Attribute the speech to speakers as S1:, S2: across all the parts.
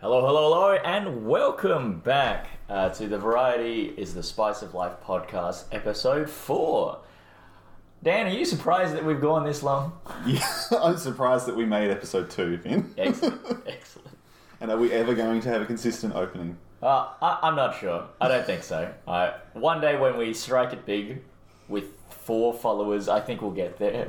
S1: Hello, hello, hello, and welcome back uh, to the Variety is the Spice of Life podcast, episode four. Dan, are you surprised that we've gone this long?
S2: Yeah, I'm surprised that we made episode two, Finn.
S1: Excellent, excellent.
S2: and are we ever going to have a consistent opening?
S1: Uh, I, I'm not sure. I don't think so. I, one day when we strike it big with four followers, I think we'll get there.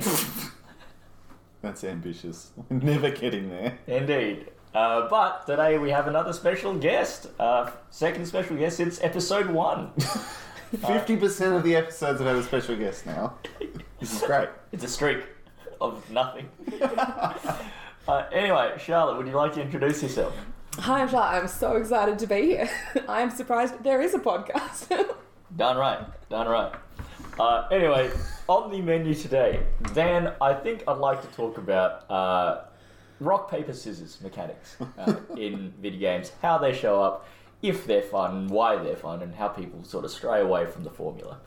S2: That's ambitious. We're never getting there.
S1: Indeed. Uh, but today we have another special guest. Uh, second special guest since episode one.
S2: Fifty percent of the episodes have had a special guest now. This is great.
S1: It's a streak of nothing. Uh, anyway, Charlotte, would you like to introduce yourself?
S3: Hi, I'm Charlotte. I'm so excited to be here. I'm surprised there is a podcast.
S1: Done right, done right. Uh, anyway, on the menu today, Dan, I think I'd like to talk about uh, rock, paper, scissors mechanics uh, in video games, how they show up, if they're fun, why they're fun, and how people sort of stray away from the formula.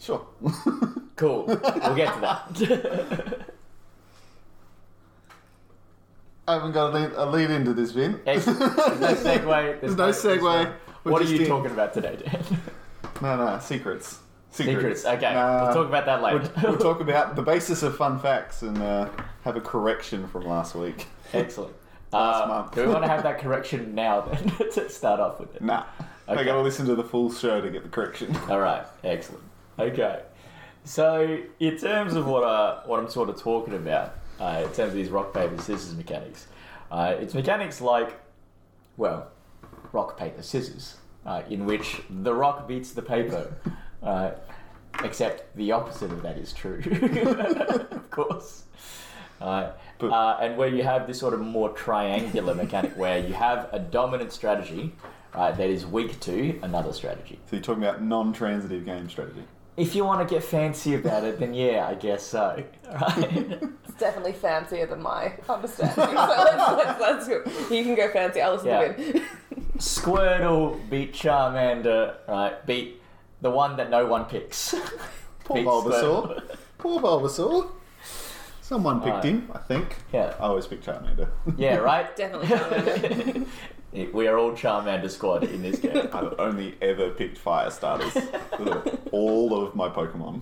S2: Sure.
S1: Cool, we'll get to that.
S2: I haven't got a lead, a lead into this, Finn.
S1: Excellent. There's no segue.
S2: There's no segue. We're
S1: What are
S2: just
S1: you
S2: in-
S1: talking about today, Dan?
S2: No, no, secrets. Secrets.
S1: Secrets. Okay,
S2: Nah.
S1: we'll talk about that later.
S2: We'll talk about the basis of fun facts and uh, have a correction from last week.
S1: Excellent.
S2: Last
S1: Uh,
S2: month.
S1: do we want to have that correction now then to start off with it?
S2: Nah. I
S1: Okay.
S2: gotta listen to the full show to get the correction.
S1: All right, excellent. Okay, so in terms of what I what I'm sort of talking about, uh, in terms of these rock paper scissors mechanics, uh, it's mechanics like, well, rock paper scissors, uh, in which the rock beats the paper, uh, except the opposite of that is true, of course. Uh,
S2: But-
S1: uh, and where you have this sort of more triangular mechanic where you have a dominant strategy uh, that is weak to another strategy.
S2: So you're talking about non-transitive game strategy.
S1: If you want to get fancy about it, then yeah, I guess so. Right?
S3: it's definitely fancier than my understanding. So let's, let's, let's go. You can go fancy. I'll listen
S1: Yeah.
S3: to Vin.
S1: Squirtle beat Charmander, right? Beat the one that no one picks.
S2: Poor
S1: Big
S2: Bulbasaur. Poor Bulbasaur. Someone picked
S1: Alright.
S2: him, I think.
S1: Yeah.
S2: I always pick Charmander.
S1: Yeah, right?
S3: Definitely Charmander.
S1: we are all Charmander squad in this game.
S2: I've only ever picked fire starters. out of All of my Pokemon.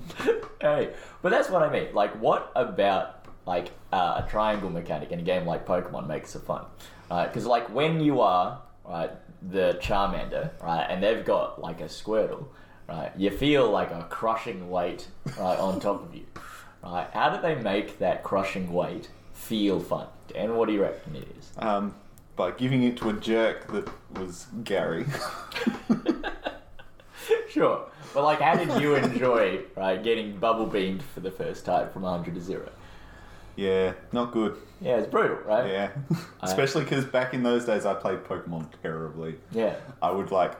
S1: Hey, but that's what I mean. Like, what about like uh, a triangle mechanic in a game like Pokemon makes it fun? Because like when you are right, the Charmander, right, and they've got like a Squirtle, right, you feel like a crushing weight right on top of you. Right, how do they make that crushing weight feel fun? Dan, what do you reckon it is?
S2: Um, by giving it to a jerk that was Gary.
S1: Sure, but like, how did you enjoy right getting bubble beamed for the first time from 100 to zero?
S2: yeah, not good.
S1: Yeah, it's brutal, right?
S2: Yeah. Especially because back in those days I played Pokemon terribly.
S1: Yeah.
S2: I would like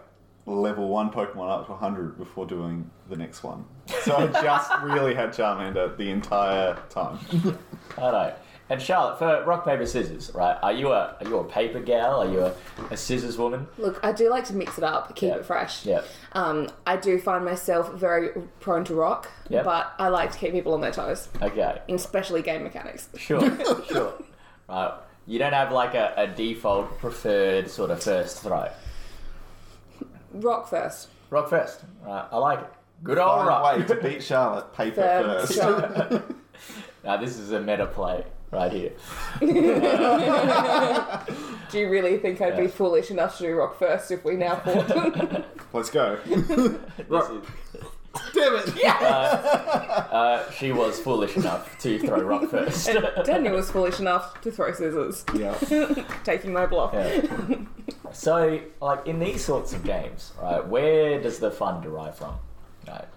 S2: level one Pokemon up to 100 before doing the next one. So I just really had Charmander the entire time.
S1: I know. And Charlotte, for rock paper scissors, right? Are you a are you a paper gal? Are you a, a scissors woman?
S3: Look, I do like to mix it up, keep
S1: Yeah.
S3: it fresh.
S1: Yeah.
S3: Um, I do find myself very prone to rock,
S1: Yeah.
S3: but I like to keep people on their toes,
S1: Okay.
S3: and especially game mechanics.
S1: Sure. sure. Right. You don't have like a, a default preferred sort of first throw.
S3: Rock first.
S1: Rock first. Right. I like it. Good old
S2: Find
S1: rock.
S2: a way to beat Charlotte, paper
S3: Third
S2: first.
S3: shot.
S1: Now this is a meta play right here.
S3: Do you really think I'd
S1: Yeah.
S3: be foolish enough to do rock first if we now fought?
S2: Let's go.
S1: This
S2: Rock.
S1: is-
S2: Damn it!
S1: uh, she was foolish enough to throw rock first.
S3: Daniel was foolish enough to throw scissors,
S2: Yeah.
S3: taking my block.
S1: Yeah. so, like in these sorts of games, right, where does the fun derive from? Right.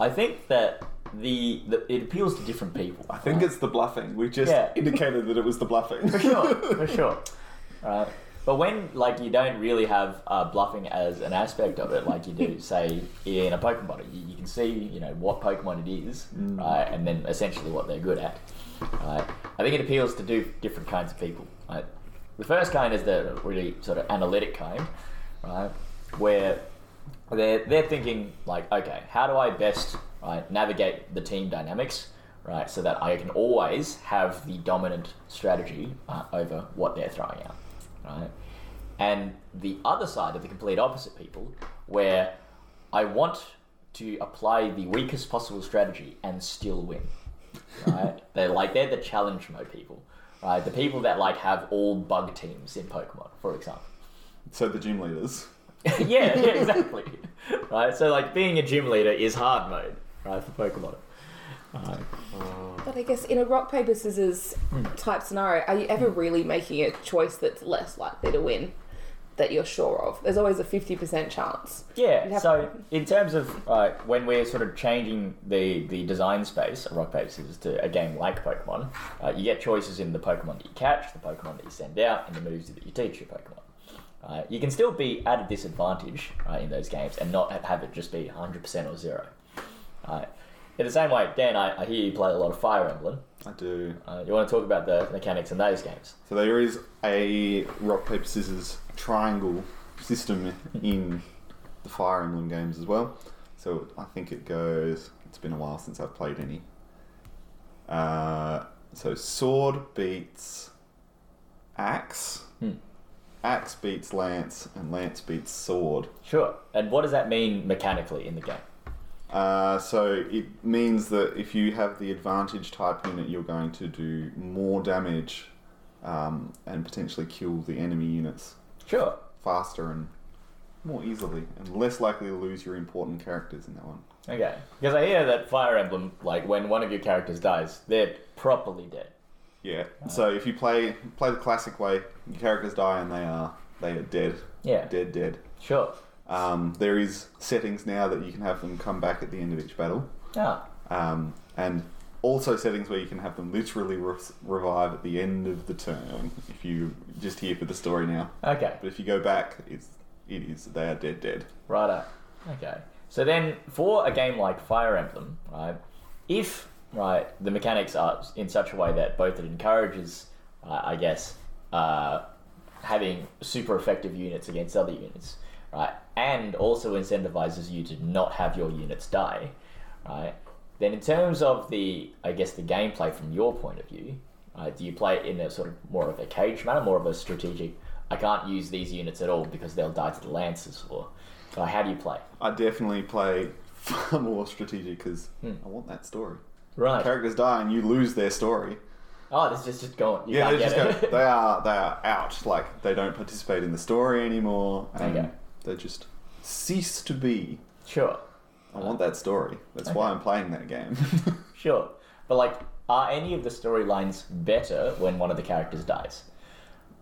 S1: I think that the, the it appeals to different people.
S2: I think it's the bluffing. We just
S1: Yeah.
S2: indicated that it was the bluffing.
S1: for sure, for sure. Right. But when like you don't really have uh, bluffing as an aspect of it, like you do say in a Pokemon, battle, you, you can see you know what Pokemon it is, right, and then essentially what they're good at. Right. I think it appeals to do different kinds of people. Right. The first kind is the really sort of analytic kind, right, where they're they're thinking like, okay, how do I best right, navigate the team dynamics, right, so that I can always have the dominant strategy uh, over what they're throwing out, right? and the other side are the complete opposite people, where I want to apply the weakest possible strategy and still win. Right? they're like they're the challenge mode people, right? The people that like have all bug teams in Pokemon, for example.
S2: So the gym leaders.
S1: yeah, yeah, exactly. right, so like being a gym leader is hard mode, right, for Pokemon. Right.
S3: But I guess in a rock paper scissors
S1: Hmm.
S3: type scenario, are you ever really making a choice that's less likely to win that you're sure of? There's always a fifty percent chance. You'd
S1: Yeah.
S3: have
S1: So in terms of uh, when we're sort of changing the the design space of rock paper scissors to a game like Pokemon, uh, you get choices in the Pokemon that you catch, the Pokemon that you send out, and the moves that you teach your Pokemon. Uh, you can still be at a disadvantage uh, in those games and not have it just be 100% or zero. Uh, in the same way, Dan, I, I hear you play a lot of Fire Emblem.
S2: I do.
S1: Uh, you want to talk about the mechanics in those games?
S2: So there is a rock paper scissors triangle system in the Fire Emblem games as well. So I think it goes. It's been a while since I've played any. Uh, so sword beats axe,
S1: Hmm.
S2: axe beats lance, and lance beats sword.
S1: Sure. And what does that mean mechanically in the game?
S2: Uh, so it means that if you have the advantage type unit, you're going to do more damage um, and potentially kill the enemy units
S1: Sure.
S2: faster and more easily, and less likely to lose your important characters in that one.
S1: Okay, because I hear that Fire Emblem, like when one of your characters dies, they're properly dead.
S2: Yeah. So if you play play the classic way, your characters die and they are they are dead.
S1: Yeah.
S2: Dead. Dead.
S1: Sure.
S2: Um, there is settings now that you can have them come back at the end of each battle.
S1: Ah.
S2: um, and also settings where you can have them literally re- revive at the end of the turn if you just here for the story now.
S1: Okay.
S2: But if you go back, it's it is they are dead dead.
S1: Righto. Okay. So then, for a game like Fire Emblem, right, if right the mechanics are in such a way that both it encourages, uh, I guess, uh, having super effective units against other units, right, and also incentivizes you to not have your units die, right. Then, in terms of the, I guess, the gameplay from your point of view, uh, do you play it in a sort of more of a cage manner, more of a strategic? I can't use these units at all because they'll die to the lances, or uh, how do you play?
S2: I definitely play far more strategic because
S1: Hmm.
S2: I want that story.
S1: Right.
S2: Characters die and you lose their story.
S1: Oh, this is just going. You
S2: yeah, they
S1: can't
S2: just
S1: get
S2: go.
S1: it.
S2: They are they are out. Like they don't participate in the story anymore. And
S1: Okay.
S2: They just cease to be.
S1: sure,
S2: I want that story. That's why I'm playing that game.
S1: sure. But like, are any of the storylines better when one of the characters dies?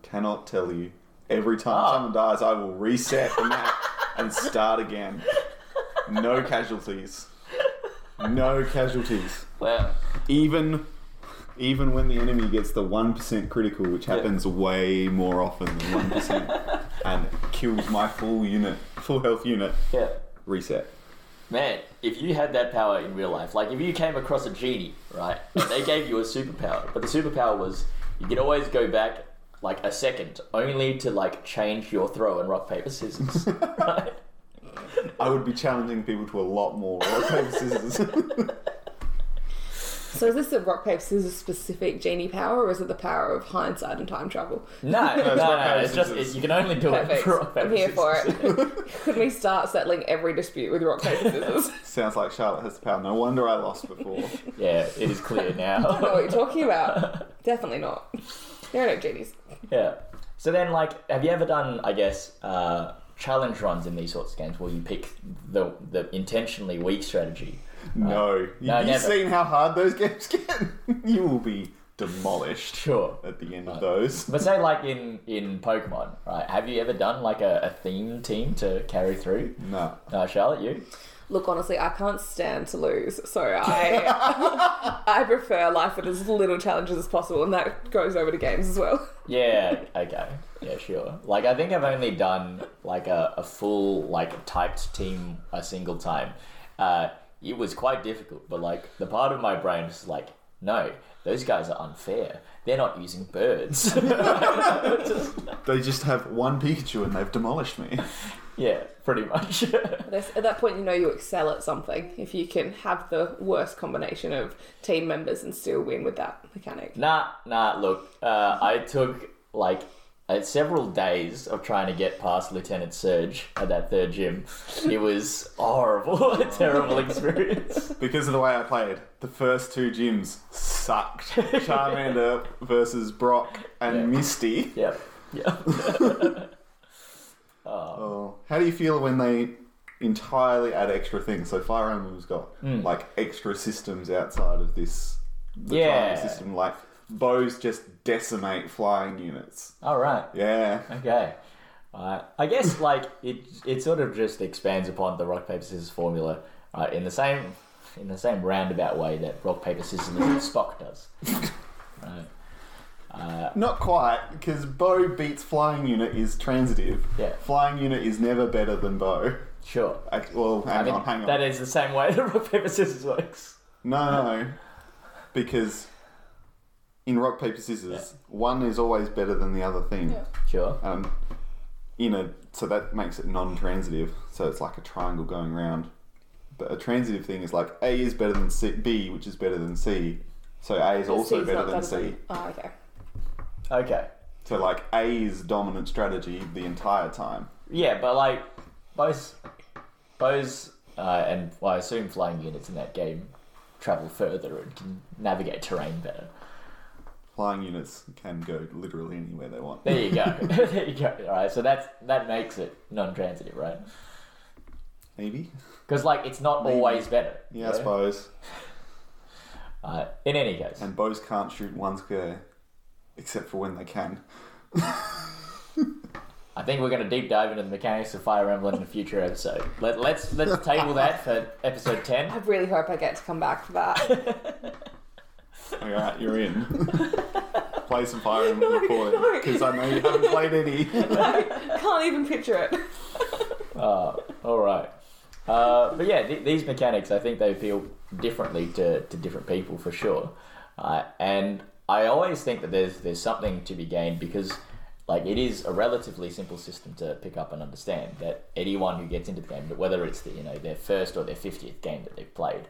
S2: Cannot tell you. Every time
S1: Oh.
S2: someone dies, I will reset the map and start again. No casualties. No casualties.
S1: Well,
S2: Even even when the enemy gets the one percent critical, which happens way more often than one percent, and kills my full unit, full health unit,
S1: yeah.
S2: reset.
S1: Man, if you had that power in real life, like if you came across a genie, right? And they gave you a superpower, but the superpower was you could always go back like a second, only to like change your throw in rock paper scissors. right?
S2: I would be challenging people to a lot more rock paper scissors.
S3: So is this the rock paper scissors specific genie power, or is it the power of hindsight and time travel?
S1: No, no, no,
S2: it's rock,
S1: no.
S2: paper,
S1: It's just
S2: scissors.
S1: you can only do it
S3: Perfect.
S1: for rock paper
S3: I'm here for
S1: scissors.
S3: it. Could we start settling every dispute with rock paper scissors?
S2: Sounds like Charlotte has the power. No wonder I lost before.
S1: Yeah, it is clear
S3: I don't know what
S1: now.
S3: you're talking about. Definitely not. There are no genies.
S1: yeah. So then, like, have you ever done, I guess, uh, challenge runs in these sorts of games where you pick the the intentionally weak strategy?
S2: No. You-
S1: no,
S2: You've
S1: never.
S2: seen how hard those games get? you will be demolished
S1: Sure.
S2: at the end of those.
S1: But say, like in in Pokemon, right? Have you ever done like a, a theme team to carry through?
S2: No.
S1: Uh, Charlotte, you?
S3: Look, honestly, I can't stand to lose, so I I prefer life with as little challenges as possible, and that goes over to games as well.
S1: Yeah. Okay. Yeah, sure. Like, I think I've only done like a, a full like typed team a single time. Uh, it was quite difficult, but like the part of my brain was like, no, those guys are unfair. They're not using birds.
S2: They just have one Pikachu and they've demolished me.
S1: yeah, pretty much.
S3: This- At that point, you know you excel at something if you can have the worst combination of team members and still win with that mechanic.
S1: Nah, nah. Look, uh, I took like a uh, several days of trying to get past Lieutenant Surge at that third gym. It was horrible, a terrible experience.
S2: Because of the way I played, the first two gyms sucked. Charmander versus Brock and
S1: Yeah.
S2: Misty.
S1: Yep, yep.
S2: Oh, how do you feel when they entirely add extra things? So Fire Emblem's got
S1: Hmm.
S2: like extra systems outside of this the triangle
S1: Yeah.
S2: system. Like bows just decimate flying units.
S1: All right.
S2: Yeah,
S1: Okay. Uh, I guess like it it sort of just expands upon the rock paper scissors formula uh, in the same in the same roundabout way that rock paper scissors and Spock does. Right.
S2: not quite because bow beats flying unit is transitive.
S1: Yeah.
S2: flying unit is never better than bow.
S1: Sure.
S2: I, well, hang
S1: I mean,
S2: on, hang on.
S1: that is the same way that rock paper scissors works.
S2: No, no, because in rock paper scissors, one is always better than the other thing.
S3: Yeah.
S1: Sure.
S2: Um, you know, so that makes it non-transitive. So it's like a triangle going round. But a transitive thing is like A is better than C, B, which is better than C. So A is also
S3: C's
S2: better
S3: not
S2: than
S3: done
S2: C.
S3: it. Oh, okay.
S1: Okay.
S2: So like A is dominant strategy the entire time.
S1: Yeah, but like both bows uh, and well, I assume flying units in that game travel further and can navigate terrain better.
S2: Flying units can go literally anywhere they want.
S1: There you go. there you go. All right. So that's that makes it non-transitive, right?
S2: Maybe.
S1: Because like it's not
S2: Maybe.
S1: always better.
S2: Yeah, I suppose.
S1: Uh, in any case,
S2: And bows can't shoot one square, except for when they can.
S1: I think we're going to deep dive into the mechanics of Fire Emblem in a future episode. Let, let's let's table that for episode
S3: I
S1: ten.
S3: really hope I get to come back for that.
S2: All right, you're in. Play some Fire Emblem
S3: No,
S2: before
S3: no.
S2: because I know you haven't played any.
S3: Can't even picture it.
S1: Uh, all right. Uh, but yeah, th- these mechanics, I think they feel differently to, to different people for sure. Uh, and I always think that there's there's something to be gained because like it is a relatively simple system to pick up and understand that anyone who gets into the game, whether it's the, you know their first or their fiftieth game that they've played,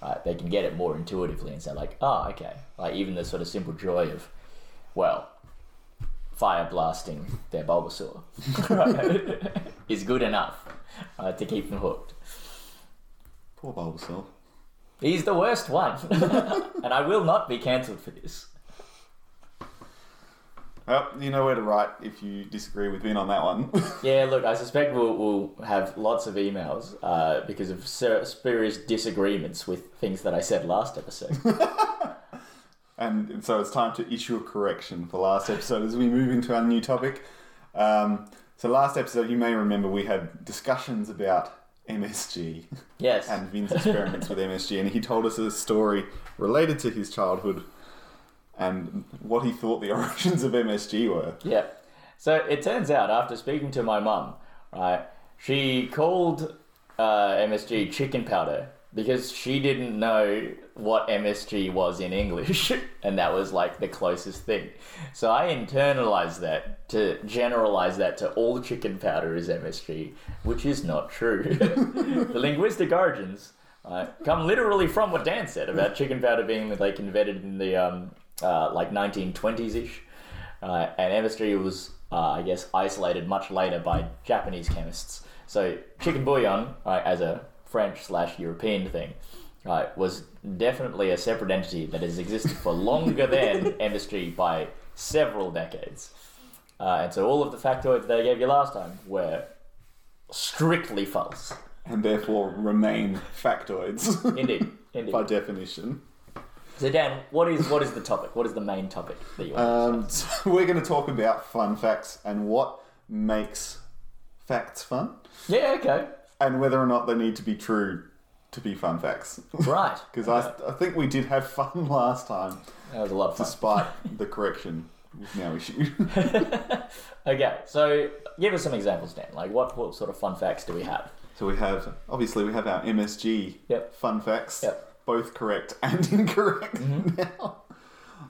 S1: uh, they can get it more intuitively and say like, oh, okay. Like even the sort of simple joy of, well, fire blasting their Bulbasaur is good enough uh, to keep them hooked.
S2: Poor Bulbasaur.
S1: He's the worst one, and I will not be cancelled for this.
S2: Well, you know where to write if you disagree with Vin on that one.
S1: Yeah, look, I suspect we'll, we'll have lots of emails uh, because of ser- spurious disagreements with things that I said last episode.
S2: and so it's time to issue a correction for last episode as we move into our new topic. Um, so last episode, you may remember we had discussions about MSG
S1: Yes,
S2: and Vin's experiments with MSG, and he told us a story related to his childhood and what he thought the origins of MSG were.
S1: yeah. So it turns out, after speaking to my mum, right, she called uh, MSG chicken powder because she didn't know what MSG was in English, and that was like the closest thing. So I internalized that to generalize that to all chicken powder is MSG, which is not true. the linguistic origins uh, come literally from what Dan said about chicken powder being like invented in the um, uh, like 1920s ish, uh, and MSG was, uh, I guess, isolated much later by Japanese chemists. So chicken bouillon, right, as a French slash European thing, right, was definitely a separate entity that has existed for longer than MSG by several decades. Uh, and so all of the factoids that I gave you last time were strictly false.
S2: And therefore remain factoids
S1: Indeed, indeed.
S2: by definition.
S1: So Dan, what is what is the topic? What is the main topic that you want?
S2: Um, so we're going to talk about fun facts and what makes facts fun,
S1: yeah, okay,
S2: and whether or not they need to be true to be fun facts.
S1: right.
S2: Because I, I think we did have fun last time,
S1: That was a lot of fun.
S2: despite the correction we've now issued.
S1: Okay, so give us some examples, Dan. Like, what, what sort of fun facts do we have?
S2: so we have, obviously, we have our MSG
S1: Yep.
S2: fun facts,
S1: Yep. Mm-hmm.
S2: both correct and incorrect now.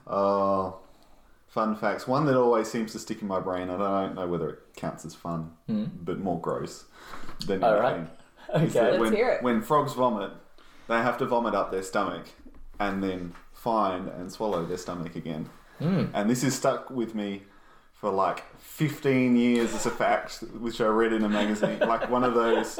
S2: Oh, fun facts. One that always seems to stick in my brain. I don't know whether it counts as fun, but more gross than
S1: Hmm. All right.
S2: anything. is that
S1: Okay,
S3: Let's
S2: when,
S3: hear it.
S2: when frogs vomit, they have to vomit up their stomach
S1: Hmm.
S2: and then find and swallow their stomach again. And this is stuck with me for like 15 years as a fact, which I read in a magazine, like one of those,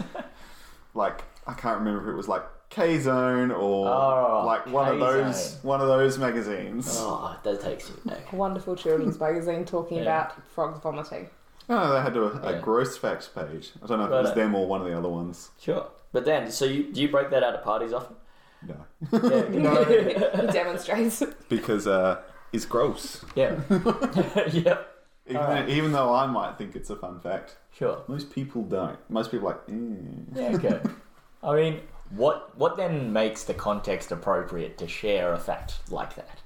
S2: like I can't remember if it was like K Zone or
S1: Oh,
S2: like one of those
S1: K-Zone.
S2: one of those magazines.
S1: Oh, that takes you back.
S3: A wonderful children's magazine talking
S1: Yeah.
S3: about frogs vomiting.
S2: No, they had a, a
S1: Yeah.
S2: gross facts page. I don't know if it
S1: Right.
S2: was them or one of the other ones.
S1: Sure. But then, so you, do you break that out at parties often?
S2: No,
S1: Yeah.
S2: no,
S3: he demonstrates.
S2: because uh, it's gross.
S1: yeah. yep.
S2: Even,
S1: Alright.
S2: even though I might think it's a fun fact,
S1: Sure.
S2: most people don't. Most people are like, mm.
S1: Yeah, okay. I mean, what what then makes the context appropriate to share a fact like that?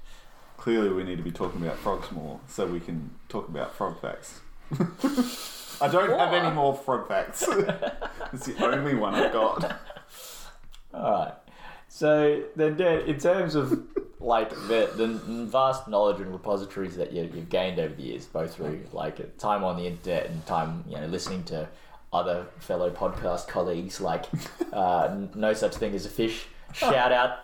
S2: clearly we need to be talking about frogs more so we can talk about frog facts. I don't have any more frog facts. it's the only one I've got.
S1: All right. So then, Dan, in terms of like the the vast knowledge and repositories that you, you've gained over the years, both through like time on the internet and time you know listening to other fellow podcast colleagues, like uh, N- no such thing as a fish. Shout out,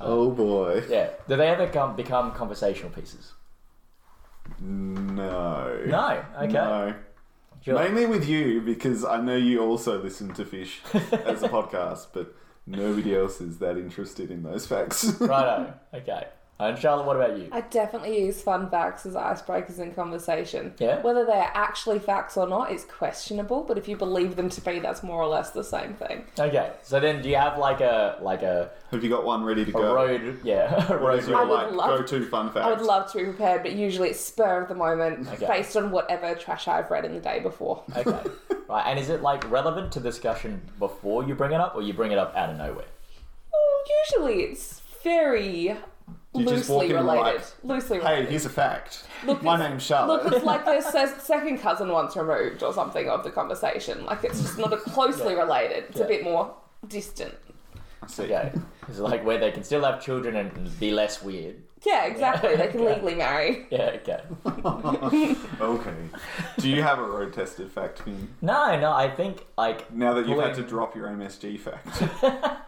S2: Oh boy.
S1: yeah. Do they ever come become conversational pieces?
S2: No.
S1: No. Okay.
S2: No.
S1: Sure.
S2: Mainly with you because I know you also listen to Fish as a podcast, but nobody else is that interested in those facts.
S1: Righto. Okay. And Charlotte, what about you?
S3: I definitely use fun facts as icebreakers in conversation.
S1: Yeah.
S3: Whether they're actually facts or not is questionable, but if you believe them to be, that's more or less the same thing.
S1: Okay. So then, do you have like a like a,
S2: have you got one ready to
S1: a
S2: go?
S1: road? Yeah. A road.
S2: Those are
S3: I
S2: your,
S3: would
S2: like
S3: love-
S2: go-to fun facts.
S3: I would love to be prepared, but usually it's spur of the moment
S1: Okay.
S3: based on whatever trash I've read in the day before.
S1: Okay. Right, and is it like relevant to discussion before you bring it up, or you bring it up out of nowhere?
S3: Well, usually it's very
S2: You
S3: loosely
S2: just walk in
S3: related.
S2: and like,
S3: loosely
S2: Hey,
S3: related.
S2: here's a fact. My name's Charlotte.
S3: Look, it's like their se- second cousin once removed or something of the conversation. Like it's just not a closely related. It's
S1: Yeah.
S3: a bit more distant.
S2: I see.
S1: Okay. It's like where they can still have children and be less weird.
S3: Yeah, exactly. They can legally marry.
S1: Yeah, okay.
S2: Okay. Do you have a road tested fact for me?
S1: No, no, I think like
S2: Now that you've had to
S1: pulling-
S2: drop your MSG fact.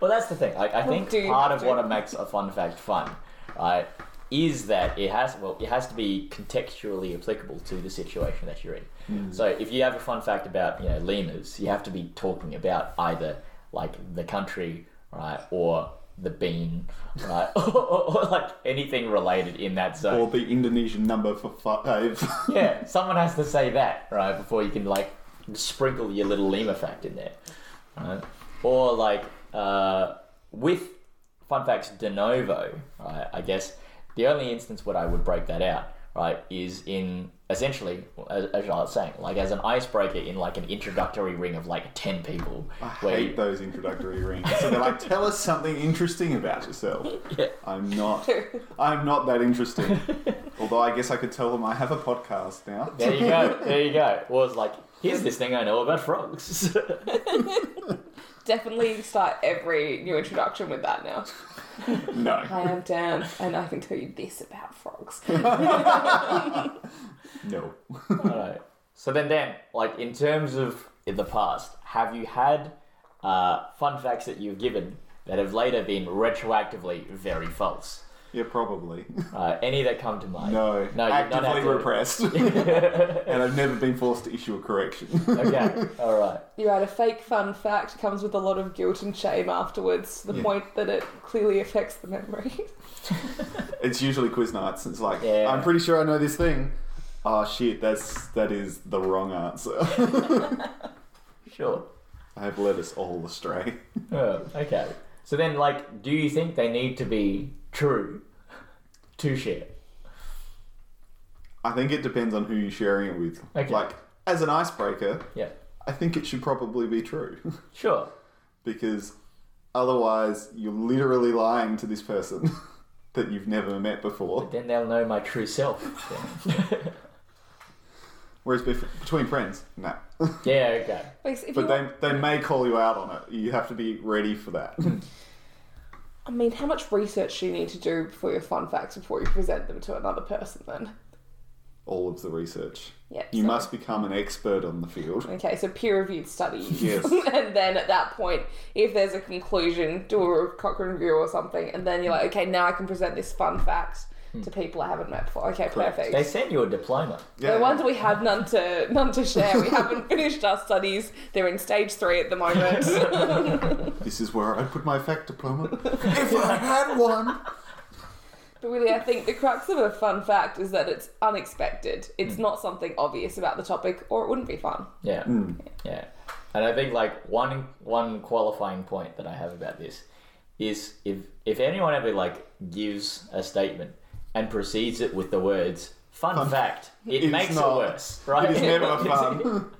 S1: Well, that's the thing. Like, I think
S3: do you
S1: part
S3: have
S1: of
S3: to?
S1: what makes a fun fact fun, right, is that it has well, it has to be contextually applicable to the situation that you're in. So, if you have a fun fact about you know lemurs, you have to be talking about either like the country, right, or the bean, right, or, or, or like anything related in that zone.
S2: or the Indonesian number for uh, five.
S1: yeah, someone has to say that, right, before you can like sprinkle your little lemur fact in there. Right? Or like uh, with fun facts de novo, right, I guess the only instance where I would break that out, right, is in essentially as, as Charlotte's saying, like as an icebreaker in like an introductory ring of like ten people.
S2: I
S1: where you-
S2: hate those introductory rings. So they're like, tell us something interesting about yourself.
S1: Yeah.
S2: I'm not. I'm not that interesting. Although I guess I could tell them I have a podcast now.
S1: There you go. There you go. Or it's like, here's this thing I know about frogs.
S3: Definitely start every new introduction with that now.
S2: No.
S3: I am Dan, and I can tell you this about frogs.
S2: No.
S1: All right. So then, Dan, like in terms of in the past, have you had uh, fun facts that you've given that have later been retroactively very false?
S2: Yeah, probably.
S1: Uh, any that come to mind?
S2: No.
S1: No, you've not
S2: Actively
S1: had to.
S2: repressed. and I've never been forced to issue a correction.
S1: Okay. All right.
S3: You're right, a fake fun fact comes with a lot of guilt and shame afterwards, to the
S2: Yeah.
S3: point that it clearly affects the memory.
S2: It's usually quiz nights. It's like,
S1: Yeah.
S2: I'm pretty sure I know this thing. Oh shit, that's that is the wrong answer.
S1: Sure.
S2: I have led us all astray.
S1: Oh, okay. So then, like, do you think they need to be true to share?
S2: I think it depends on who you're sharing it with.
S1: Okay.
S2: Like, as an icebreaker,
S1: Yeah.
S2: I think it should probably be true.
S1: Sure.
S2: because otherwise, you're literally lying to this person that you've never met before.
S1: Then they'll know my true self. then.
S2: Whereas bef- between friends, no.
S1: yeah. Okay.
S3: Because if you
S2: But
S3: want,
S2: they, they may call you out on it. You have to be ready for that.
S3: Hmm. I mean, how much research do you need to do for your fun facts before you present them to another person then?
S2: all of the research.
S3: Yeah,
S2: You
S3: so-
S2: must become an expert on the field.
S3: Okay, so peer reviewed studies.
S2: Yes.
S3: and then at that point, if there's a conclusion, do a Cochrane review or something, and then you're like, okay, now I can present this fun fact to people I haven't met before. Okay,
S2: Hmm. Correct.
S3: perfect.
S1: They sent you a diploma.
S3: No wonder we have none to none to share. We haven't finished our studies. They're in stage three at the moment.
S2: This is where I put my fact diploma. if I had one.
S3: but really, I think the crux of a fun fact is that it's unexpected. It's not something obvious about the topic, or it wouldn't be fun.
S1: Yeah.
S2: Hmm.
S1: Yeah. And I think like one one qualifying point that I have about this is if if anyone ever like gives a statement and precedes it with the words fun, fact, it
S2: It's
S1: makes
S2: not-
S1: it worse, right?
S2: It is never fun.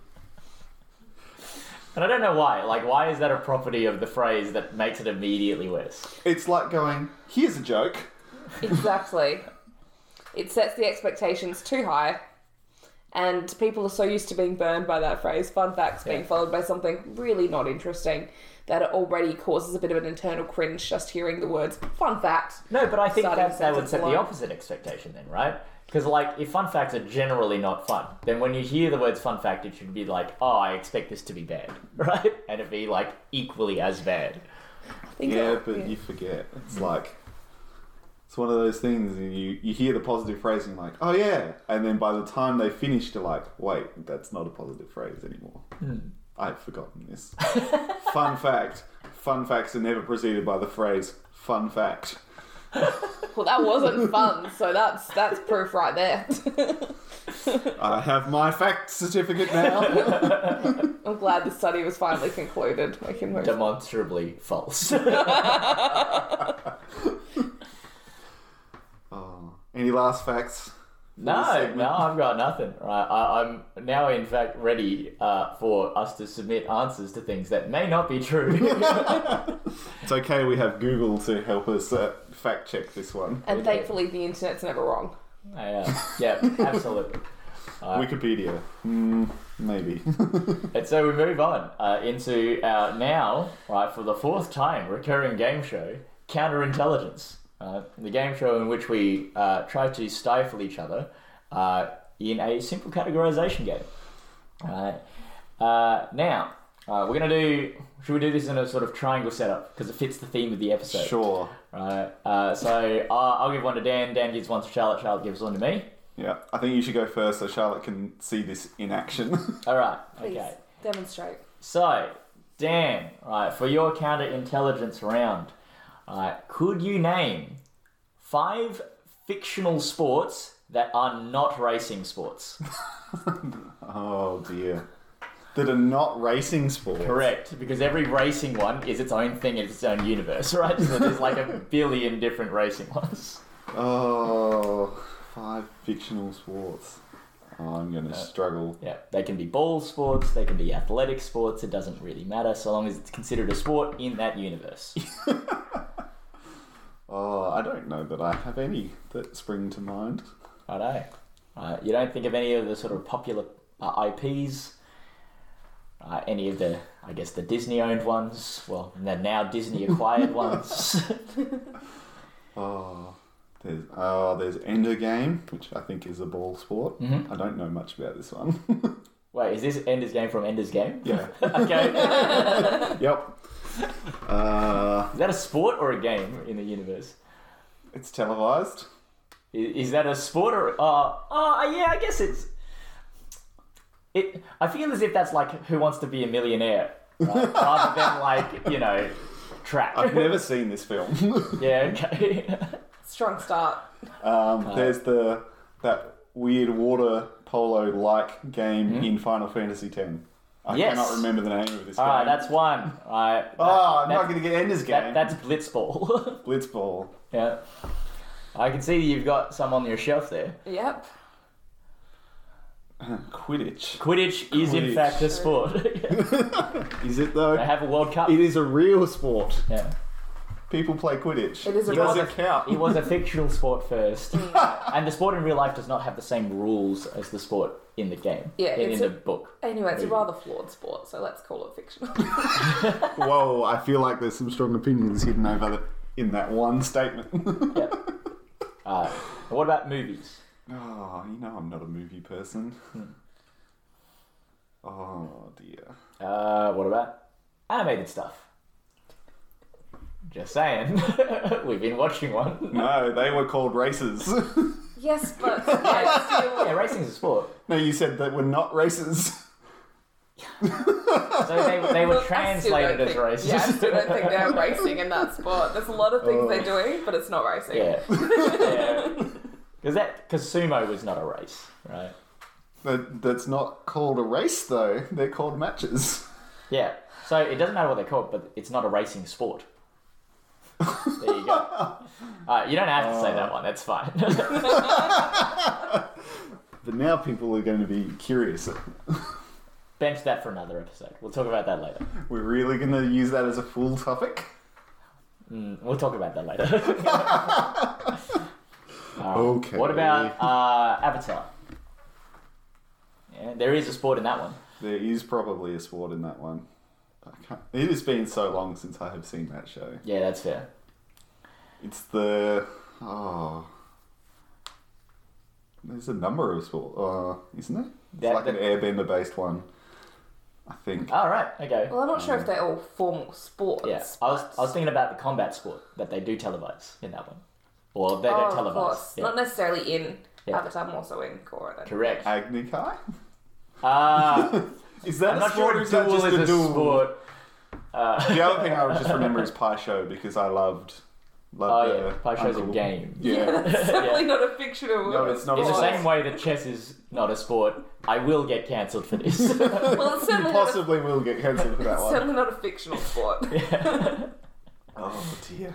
S1: and I don't know why. Like why is that a property of the phrase that makes it immediately worse?
S2: It's like going, here's a joke.
S3: Exactly. it sets the expectations too high, and people are so used to being burned by that phrase, fun facts, being
S1: Yeah.
S3: followed by something really not interesting, that it already causes a bit of an internal cringe just hearing the words fun fact.
S1: No, but I think
S3: Starting
S1: that, that would
S3: sentence
S1: set the
S3: alone.
S1: opposite expectation then, right? Because like if fun facts are generally not fun, then when you hear the words fun fact, it should be like, oh, I expect this to be bad, right? And it'd be like equally as bad.
S3: I think
S2: Yeah,
S3: that-
S2: but you forget. It's like it's one of those things. and You you hear the positive phrase and you're like, oh yeah, and then by the time they finish, you're like, wait, that's not a positive phrase anymore. I've forgotten this. Fun fact. Fun facts are never preceded by the phrase "fun fact."
S3: Well, that wasn't fun, so that's that's proof right there.
S2: I have my fact certificate now.
S3: I'm glad the study was finally concluded. We can move.
S1: demonstrably false.
S2: oh. Any last facts? for this
S1: no,
S2: segment?
S1: no, I've got nothing. Right, I, I'm now in fact ready uh, for us to submit answers to things that may not be true.
S2: It's okay. We have Google to help us uh, fact check this one.
S3: And thankfully, the internet's never wrong.
S1: I, uh, yeah, absolutely.
S2: Wikipedia, mm, maybe.
S1: And so we move on uh, into our now, right, for the fourth time recurring game show, Counterintelligence. Uh, the game show in which we uh, try to stifle each other uh, in a simple categorization game. Alright. Uh, now, uh, we're going to do. Should we do this in a sort of triangle setup? Because it fits the theme of the episode.
S2: sure.
S1: Right. Uh, so uh, I'll give one to Dan. Dan gives one to Charlotte. Charlotte gives one to me.
S2: Yeah, I think you should go first so Charlotte can see this in action.
S1: All right.
S3: Please
S1: Okay.
S3: demonstrate.
S1: So, Dan, right, for your counterintelligence round, uh, could you name five fictional sports that are not racing sports?
S2: oh dear. That are not racing sports.
S1: Correct, because every racing one is its own thing, it's its own universe, right? So there's like a billion different racing ones.
S2: Oh, five fictional sports. Oh, I'm going to struggle.
S1: Yeah, they can be ball sports, they can be athletic sports, it doesn't really matter so long as it's considered a sport in that universe.
S2: Oh, I don't know that I have any that spring to mind.
S1: Righto. Uh, you don't think of any of the sort of popular uh, IPs, uh, any of the, I guess, the Disney-owned ones. Well, the now Disney-acquired ones.
S2: Oh, there's oh, there's Endgame, which I think is a ball sport.
S1: Mhm.
S2: I don't know much about this one.
S1: Wait, is this Ender's Game from Ender's Game?
S2: yeah.
S1: okay,
S2: yep. Uh,
S1: is that a sport or a game in the universe?
S2: it's televised.
S1: I- Is, that a sport or? Uh, oh, yeah, I guess it's. It. I feel as if that's like Who Wants to Be a Millionaire, right? rather than like you know, track.
S2: I've never seen this film.
S1: yeah. Okay.
S3: Strong start.
S2: Um, there's the that weird water polo like game in Final Fantasy X. I
S1: Hmm? Yes.
S2: cannot remember the name of this
S1: All right,
S2: game.
S1: that's one. All right.
S2: oh,
S1: that's-
S2: I'm not going to get Ender's Game.
S1: That, that's Blitzball.
S2: Blitzball.
S1: yeah. I can see you've got some on your shelf there.
S3: Yep.
S2: Quidditch.
S1: Quidditch, is in
S2: Quidditch.
S1: fact a sport. Yeah.
S2: Is it though?
S1: they have a World Cup.
S2: It is a real sport.
S1: Yeah.
S2: People play Quidditch.
S3: It is a
S2: Does
S1: real-
S2: it count?
S1: It was a fictional sport first. and the sport in real life does not have the same rules as the sport in the game.
S3: Yeah,
S1: In,
S3: it's
S1: in the
S3: a-
S1: book.
S3: Anyway, it's a
S1: Maybe.
S3: rather flawed sport, so let's call it fictional.
S2: Whoa! I feel like there's some strong opinions hidden over the, in that one statement.
S1: Yeah. Uh, what about movies?
S2: Oh, you know I'm not a movie person.
S1: Hmm.
S2: oh dear.
S1: Uh, what about animated stuff? Just saying, we've been watching one.
S2: No, they were called races.
S3: Yes, but I
S1: Yeah,
S3: still-
S1: racing's a sport.
S2: no, you said that were not races.
S1: So they, they were
S3: Look, I still don't
S1: translated as
S3: think-
S1: races.
S3: Yeah, I still don't think they're racing in that sport. There's a lot of things they're doing, but it's not racing.
S1: Oh. Yeah. Because that because sumo was not a race, right?
S2: That that's not called a race though. They're called matches.
S1: Yeah. So it doesn't matter what they're called, but it's not a racing sport. There you go. Uh, you don't have to say that one. That's fine.
S2: But now people are going to be curious.
S1: Bench that for another episode. We'll talk about that later.
S2: We're really going to use that as a full topic.
S1: Mm, We'll talk about that later. Um,
S2: Okay.
S1: What about uh, Avatar? Yeah, there is a sport in that one.
S2: There is probably a sport in that one. I can't, it has been so long since I have seen that show.
S1: Yeah, that's fair.
S2: It's the oh. There's a number of sport, uh, isn't it? It's
S1: That-
S2: like an
S1: that- Uh,
S2: airbender based one, I think.
S1: All right. Okay.
S3: Well, I'm not sure if they're all formal sports.
S1: Mm. Yeah, I was, I was thinking about the combat sport that they do televise in that one. Or they
S3: oh,
S1: don't televise.
S3: of course.
S1: Yeah.
S3: Not necessarily in
S1: Yeah.
S3: Avatar, more so in Korra. Then.
S1: Correct.
S2: Agni Kai?
S1: Uh,
S2: Is that
S1: I'm
S2: a
S1: not
S2: sport
S1: sure
S2: or
S1: if
S2: is that
S1: duel
S2: just
S1: is a
S2: duel?
S1: sport. Uh,
S2: The other thing I would just remember is Pie Show because I loved. loved
S1: oh, yeah.
S2: the
S1: Pie show's a
S2: uncle.
S1: game.
S2: Yeah.
S3: It's definitely not a fictional
S2: No,
S3: word.
S2: it's not
S1: In
S2: a
S1: the
S2: sport.
S1: same way that chess is not a sport, I will get cancelled for this.
S3: Well, it's certainly, not a,
S2: Possibly will get cancelled for that
S3: it's
S2: one.
S3: certainly not a fictional sport.
S2: Oh dear.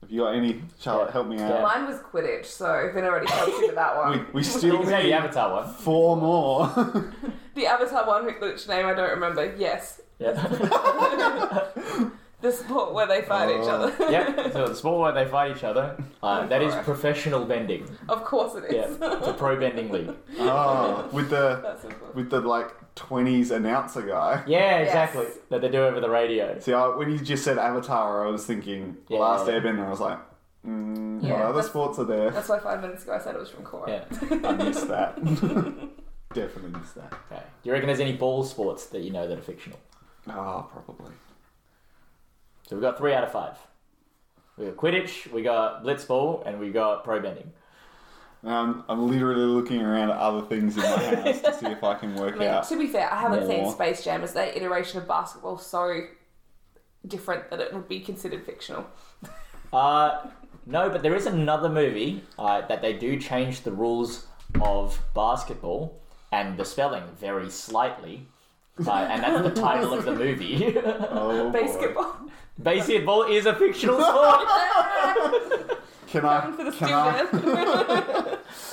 S2: Have you got any? Charlotte, help me out.
S3: Mine was Quidditch, so we've already considered that
S2: We,
S3: one.
S2: we
S1: you
S2: still
S1: can say the
S2: need
S1: Avatar one.
S2: four more.
S3: The Avatar one, which name I don't remember. Yes,
S1: Yeah.
S3: the sport where they fight each
S2: Oh.
S3: other.
S1: yep. So the sport where they fight each other. Uh, that is professional bending.
S3: Of course it
S1: Yeah.
S3: is.
S1: It's a pro bending league.
S2: oh, with the
S3: That's simple.
S2: with the like twenties announcer guy.
S1: Yeah,
S3: Yes.
S1: exactly. That they do over the radio.
S2: See, I, when you just said Avatar, I was thinking
S1: Yeah.
S2: Last Airbender. I was like, mm,
S3: Yeah,
S2: what other
S3: that's-
S2: sports are there?
S3: That's why five minutes ago I said it was from Korra.
S1: Yeah.
S2: I missed that. Definitely missed that.
S1: Okay. Do you reckon there's any ball sports that you know that are fictional?
S2: Oh, probably.
S1: So we've got three out of five. We got Quidditch, we got Blitzball, and we got Pro Bending.
S2: Um, I'm literally looking around at other things in my house to see if I can work
S3: I mean,
S2: out.
S3: to be fair, I haven't
S2: More.
S3: seen Space Jam. Is that iteration of basketball so different that it would be considered fictional?
S1: Uh, no, but there is another movie uh, that they do change the rules of basketball and the spelling very slightly. Uh, and that's the title of the movie.
S2: Oh, boy.
S3: Basketball.
S1: Basketball is a fictional sport.
S2: Can I?
S3: for the
S2: can I?
S3: student.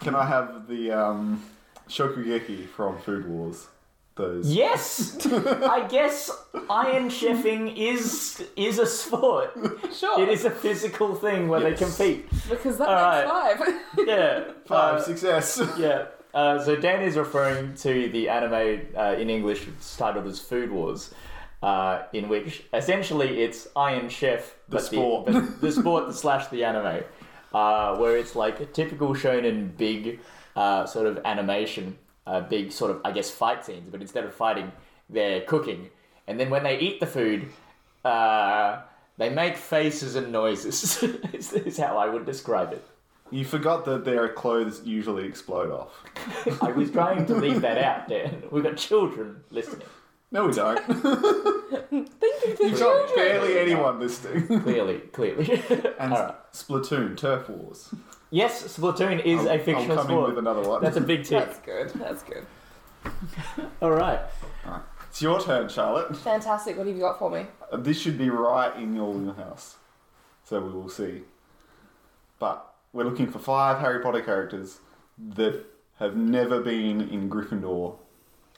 S2: Can I have the um, Shokugeki from Food Wars? Those.
S1: Yes, I guess iron chefing is is a sport.
S3: sure.
S1: It is a physical thing where
S2: Yes.
S1: they compete.
S3: Because that
S1: Alright.
S3: makes five.
S1: Yeah,
S2: Five
S1: uh,
S2: success.
S1: Yeah. Uh, so Dan is referring to the anime uh, in English it's titled as Food Wars, uh, in which essentially it's Iron Chef,
S2: The
S1: but
S2: sport.
S1: the, but the sport slash the anime, uh, where it's like a typical shonen big uh, sort of animation, uh, big sort of I guess fight scenes, but instead of fighting, they're cooking, and then when they eat the food. Uh, they make faces and noises. is, is how I would describe it.
S2: You forgot that their clothes usually explode off.
S1: I was trying to leave that out, Dan. We've got children listening,
S2: No, we don't.
S3: Thank you
S2: We've
S3: for
S2: got
S3: children.
S2: barely anyone listening.
S1: clearly, clearly.
S2: And
S1: Alright.
S2: Splatoon, Turf Wars.
S1: Yes, Splatoon is a fictional
S2: I'm coming
S1: sport.
S2: with another one.
S1: That's a big tip.
S3: That's good. That's good.
S1: All right.
S2: It's your turn, Charlotte.
S3: Fantastic. What have you got for me?
S2: Uh, This should be right in your wheelhouse. So we will see. But we're looking for five Harry Potter characters that have never been in Gryffindor,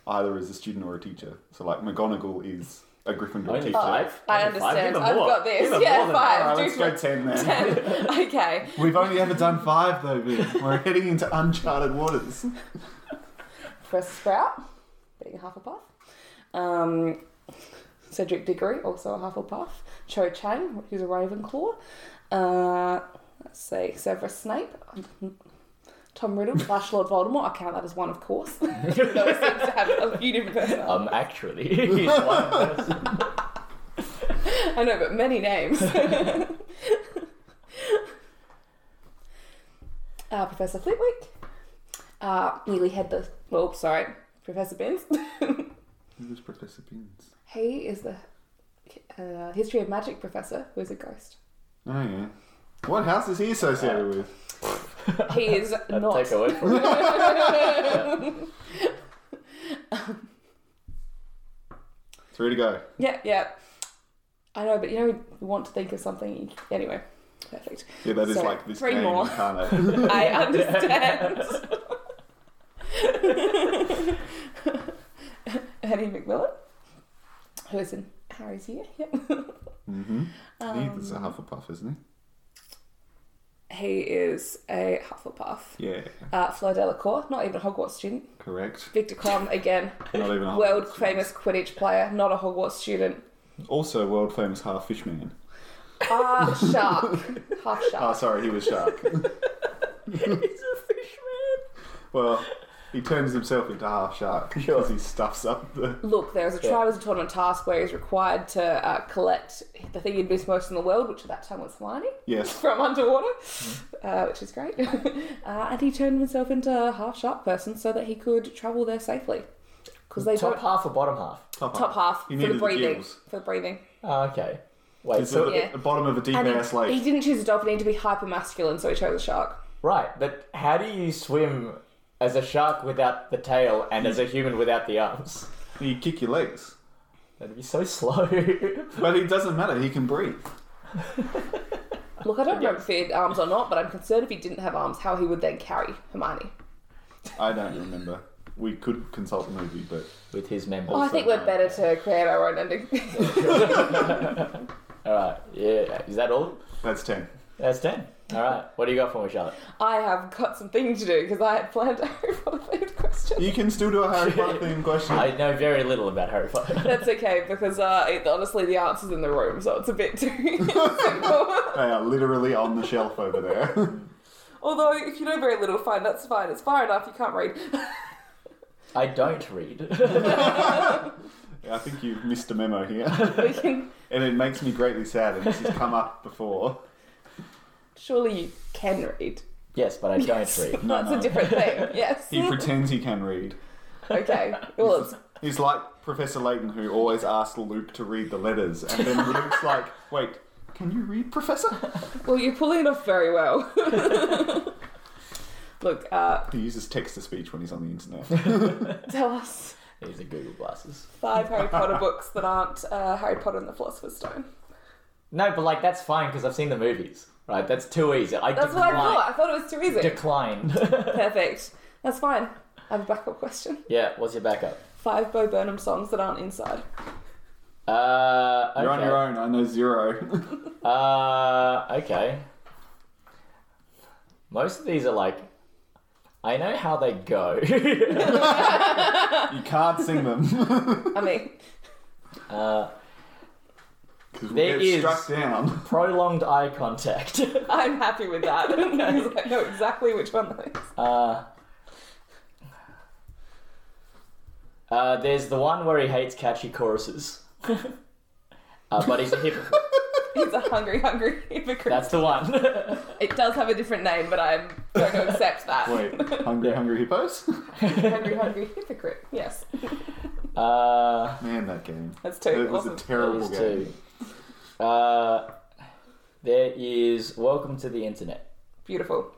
S2: either as a student or a teacher. So, like, McGonagall is a Gryffindor
S1: Only
S2: teacher.
S1: five.
S3: Oh, I
S1: Only five. Give
S3: understand.
S1: them
S3: I've
S1: more.
S3: got this.
S1: Give them
S3: Yeah,
S1: more than-
S2: All
S3: five.
S2: right,
S3: Do
S2: let's go ten then.
S3: okay.
S2: We've only ever done five though, Ben. We're heading into uncharted waters.
S3: Professor Sprout, being a Hufflepuff. Um, Cedric Diggory, also a Hufflepuff. Cho Chang, who's a Ravenclaw. Uh, say Severus Snape, Tom Riddle, Flash Lord Voldemort. I count that as one, of course. Even though it seems to have a few different personalities.
S1: Um, actually, he's one person.
S3: I know, but many names. uh, Professor Flitwick. Uh, nearly had the. Well, sorry, Professor Binns.
S2: Who's Professor Beans?
S3: he is the uh, history of magic professor who is a ghost.
S2: Oh yeah. What house is he associated with?
S3: He is
S1: That
S3: not.
S1: take away from it.
S2: Three to go.
S3: Yeah, yeah. I know, but you know, you want to think of something. Anyway, perfect.
S2: Yeah, that is
S3: So,
S2: like this
S3: three
S2: game
S3: more.
S2: incarnate.
S3: I understand. Annie McMillan, who is in Harry's year. Yep. Um,
S2: mm-hmm. He's a Hufflepuff, isn't
S3: He is a Hufflepuff.
S2: he? Yeah,
S3: Uh, Fleur Delacour, not even a Hogwarts student.
S2: correct.
S3: Victor Crumb, again,
S2: Not even a
S3: world
S2: Hufflepuff.
S3: famous Quidditch player, not a Hogwarts student.
S2: Also, world famous half fish man.
S3: Ah, shark. Half
S2: Oh,
S3: shark.
S2: sorry, he was shark.
S1: He's a fishman.
S2: well, he turns himself into half shark because
S1: Sure.
S2: he stuffs up the.
S3: Look, there is a Trials and Tournament task where he's required to uh, collect the thing he'd miss most in the world, which at that time was Hermione.
S2: Yes.
S3: from underwater, uh, which is great. uh, and he turned himself into a half shark person so that he could travel there safely. Because they
S1: Top
S3: don't
S1: half or bottom half?
S2: Top,
S3: top half
S2: He
S3: for the
S2: needed
S3: breathing.
S2: gills.
S3: for the breathing.
S1: Oh, okay. Wait,
S2: He's at
S1: so
S2: the,
S3: Yeah.
S2: the bottom of a deep
S3: And
S2: ass
S3: he, he
S2: lake.
S3: didn't choose a dolphin, he had to be hyper masculine, so he chose a shark.
S1: right, but how do you swim as a shark without the tail and as a human without the arms?
S2: You kick your legs,
S1: That'd be so slow.
S2: but it doesn't matter. He can breathe.
S3: Look, I don't remember if he had arms or not, but I'm concerned if he didn't have arms, how he would then carry Hermione.
S2: I don't remember. We could consult the movie, but
S1: With his members.
S3: Well, I think we're better to create our own ending.
S1: All right. Yeah. Is that all?
S2: that's ten.
S1: That's ten. All right. What do you got for me, Charlotte?
S3: I have got some thinking to do because I had planned Harry Potter themed questions.
S2: You can still do a Harry Potter theme question.
S1: I know very little about Harry Potter.
S3: That's okay because uh, it, honestly, the answer's in the room, so it's a bit too simple.
S2: They are literally on the shelf over there.
S3: Although, if you know very little, fine, that's fine. It's far enough. You can't read.
S1: I don't read.
S2: I think you've missed a memo here,
S3: we can.
S2: and it makes me greatly sad. And this has come up before.
S3: Surely you can read.
S1: yes, but I don't read.
S2: No,
S3: that's
S2: no.
S3: a different thing. Yes.
S2: He pretends he can read.
S3: okay. Well, it's,
S2: He's like Professor Layton, who always asks Luke to read the letters, and then Luke's like, "Wait, can you read, Professor?"
S3: well, you're pulling it off very well. Look, uh,
S2: He uses text to speech when he's on the internet.
S3: tell us
S1: These are Google glasses.
S3: five Harry Potter books that aren't uh, Harry Potter and the Philosopher's Stone.
S1: No, but like that's fine because I've seen the movies. Right. That's too easy. I
S3: That's what I
S1: decline.
S3: thought. I thought it was too easy.
S1: Decline.
S3: Perfect. That's fine. I have a backup question.
S1: yeah. What's your backup?
S3: Five Bo Burnham songs that aren't inside.
S1: Uh, okay.
S2: You're on your own. I know zero.
S1: Uh, okay. Most of these are like, I know how they go.
S2: you can't sing them
S3: I mean,
S1: uh,
S2: because we
S1: There
S2: get
S1: is-
S2: struck down.
S1: prolonged eye contact.
S3: I'm happy with that. Because I know exactly which one that is.
S1: Uh, uh, there's the one where he hates catchy choruses. uh, but he's a hypocrite.
S3: He's a hungry, hungry hypocrite.
S1: That's the one.
S3: It does have a different name, but I'm going to accept that.
S2: Wait, hungry, hungry hippos?
S3: Hungry, hungry hypocrite. Yes,
S1: uh,
S2: Man, that game.
S3: that's two.
S2: It was a
S3: awesome.
S1: those
S2: terrible game.
S1: two. Uh, there is Welcome to the Internet.
S3: Beautiful.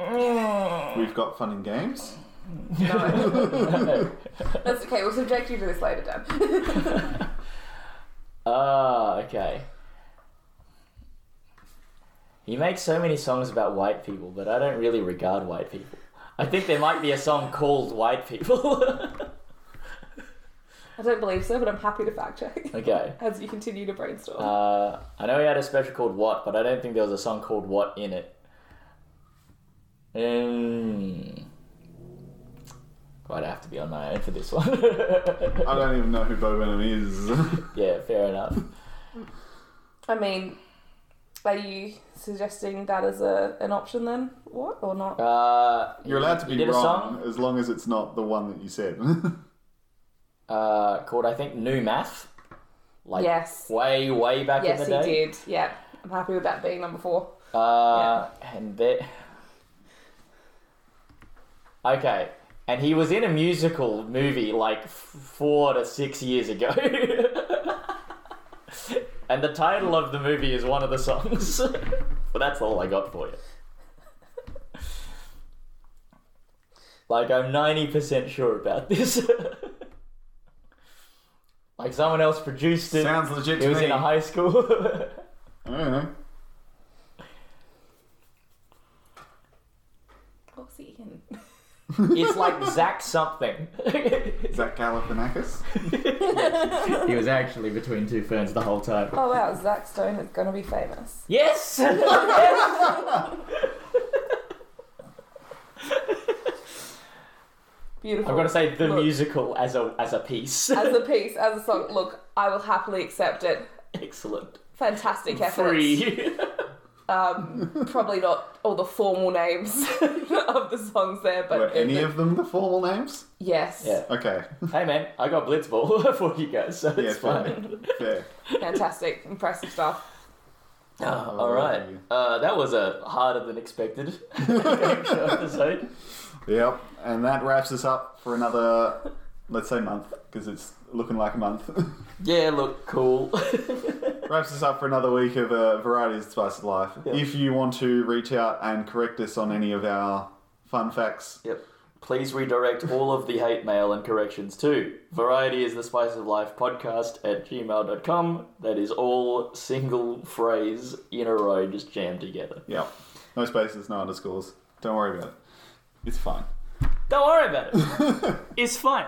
S2: We've got fun and games.
S3: No, that's okay. We'll subject you to this later, Dan.
S1: Ah, okay. He makes so many songs about white people, but I don't really regard white people. I think there might be a song called White People.
S3: I don't believe so, but I'm happy to fact check
S1: okay.
S3: as you continue to brainstorm.
S1: Uh, I know he had a special called What, but I don't think there was a song called What in it. Mm. I'd have to be on my own for this one.
S2: I don't even know who Bo Burnham is.
S1: yeah, fair enough.
S3: I mean, Are you suggesting that as a, an option then? What or not?
S1: Uh,
S2: You're
S1: he-
S2: allowed to
S1: he
S2: be
S1: did a
S2: wrong
S1: song,
S2: as long as it's not the one that you said.
S1: uh, called I think New Math. Like
S3: Yes.
S1: way way back
S3: yes,
S1: in the
S3: he
S1: day.
S3: did. Yeah, I'm happy with that being number four.
S1: Uh, and there. Okay, and he was in a musical movie like f- four to six years ago. and the title of the movie is one of the songs. but that's all I got for you. Like I'm ninety percent sure about this. like someone else produced it.
S2: Sounds legit
S1: it
S2: to
S1: was
S2: me.
S1: in a high school.
S2: I don't know.
S3: What was he in?
S1: It's like Zach something.
S2: Zach Galifianakis.
S1: he was actually between two ferns the whole time.
S3: Oh wow, Zach Stone is gonna be famous.
S1: Yes!
S3: Beautiful.
S1: I've got to say the
S3: Look.
S1: musical as a as a piece.
S3: as a piece, as a song. Look, I will happily accept it.
S1: Excellent.
S3: Fantastic efforts.
S1: Free.
S3: Um, probably not all the formal names of the songs there, but
S2: Were any
S3: the-
S2: of them the formal names?
S3: yes,
S1: Yeah.
S2: Okay.
S1: hey man, I got Blitzball for you guys, so
S2: Yeah,
S1: it's fine.
S2: fair. fair.
S3: fantastic, impressive stuff.
S1: Ah, all right, uh, that was a harder than expected episode.
S2: Yep. And that wraps us up for another, let's say, month, because it's looking like a month.
S1: Yeah, look cool.
S2: wraps us up for another week of uh, Varieties of Spice of Life.
S1: Yeah.
S2: If you want to reach out and correct us on any of our fun facts,
S1: Yep. Please redirect all of the hate mail and corrections to Variety is the Spice of Life podcast at gmail.com. That is all single phrase in a row just jammed together.
S2: yep. No spaces, no underscores. Don't worry about it. It's fine.
S1: Don't worry about it. it's fine.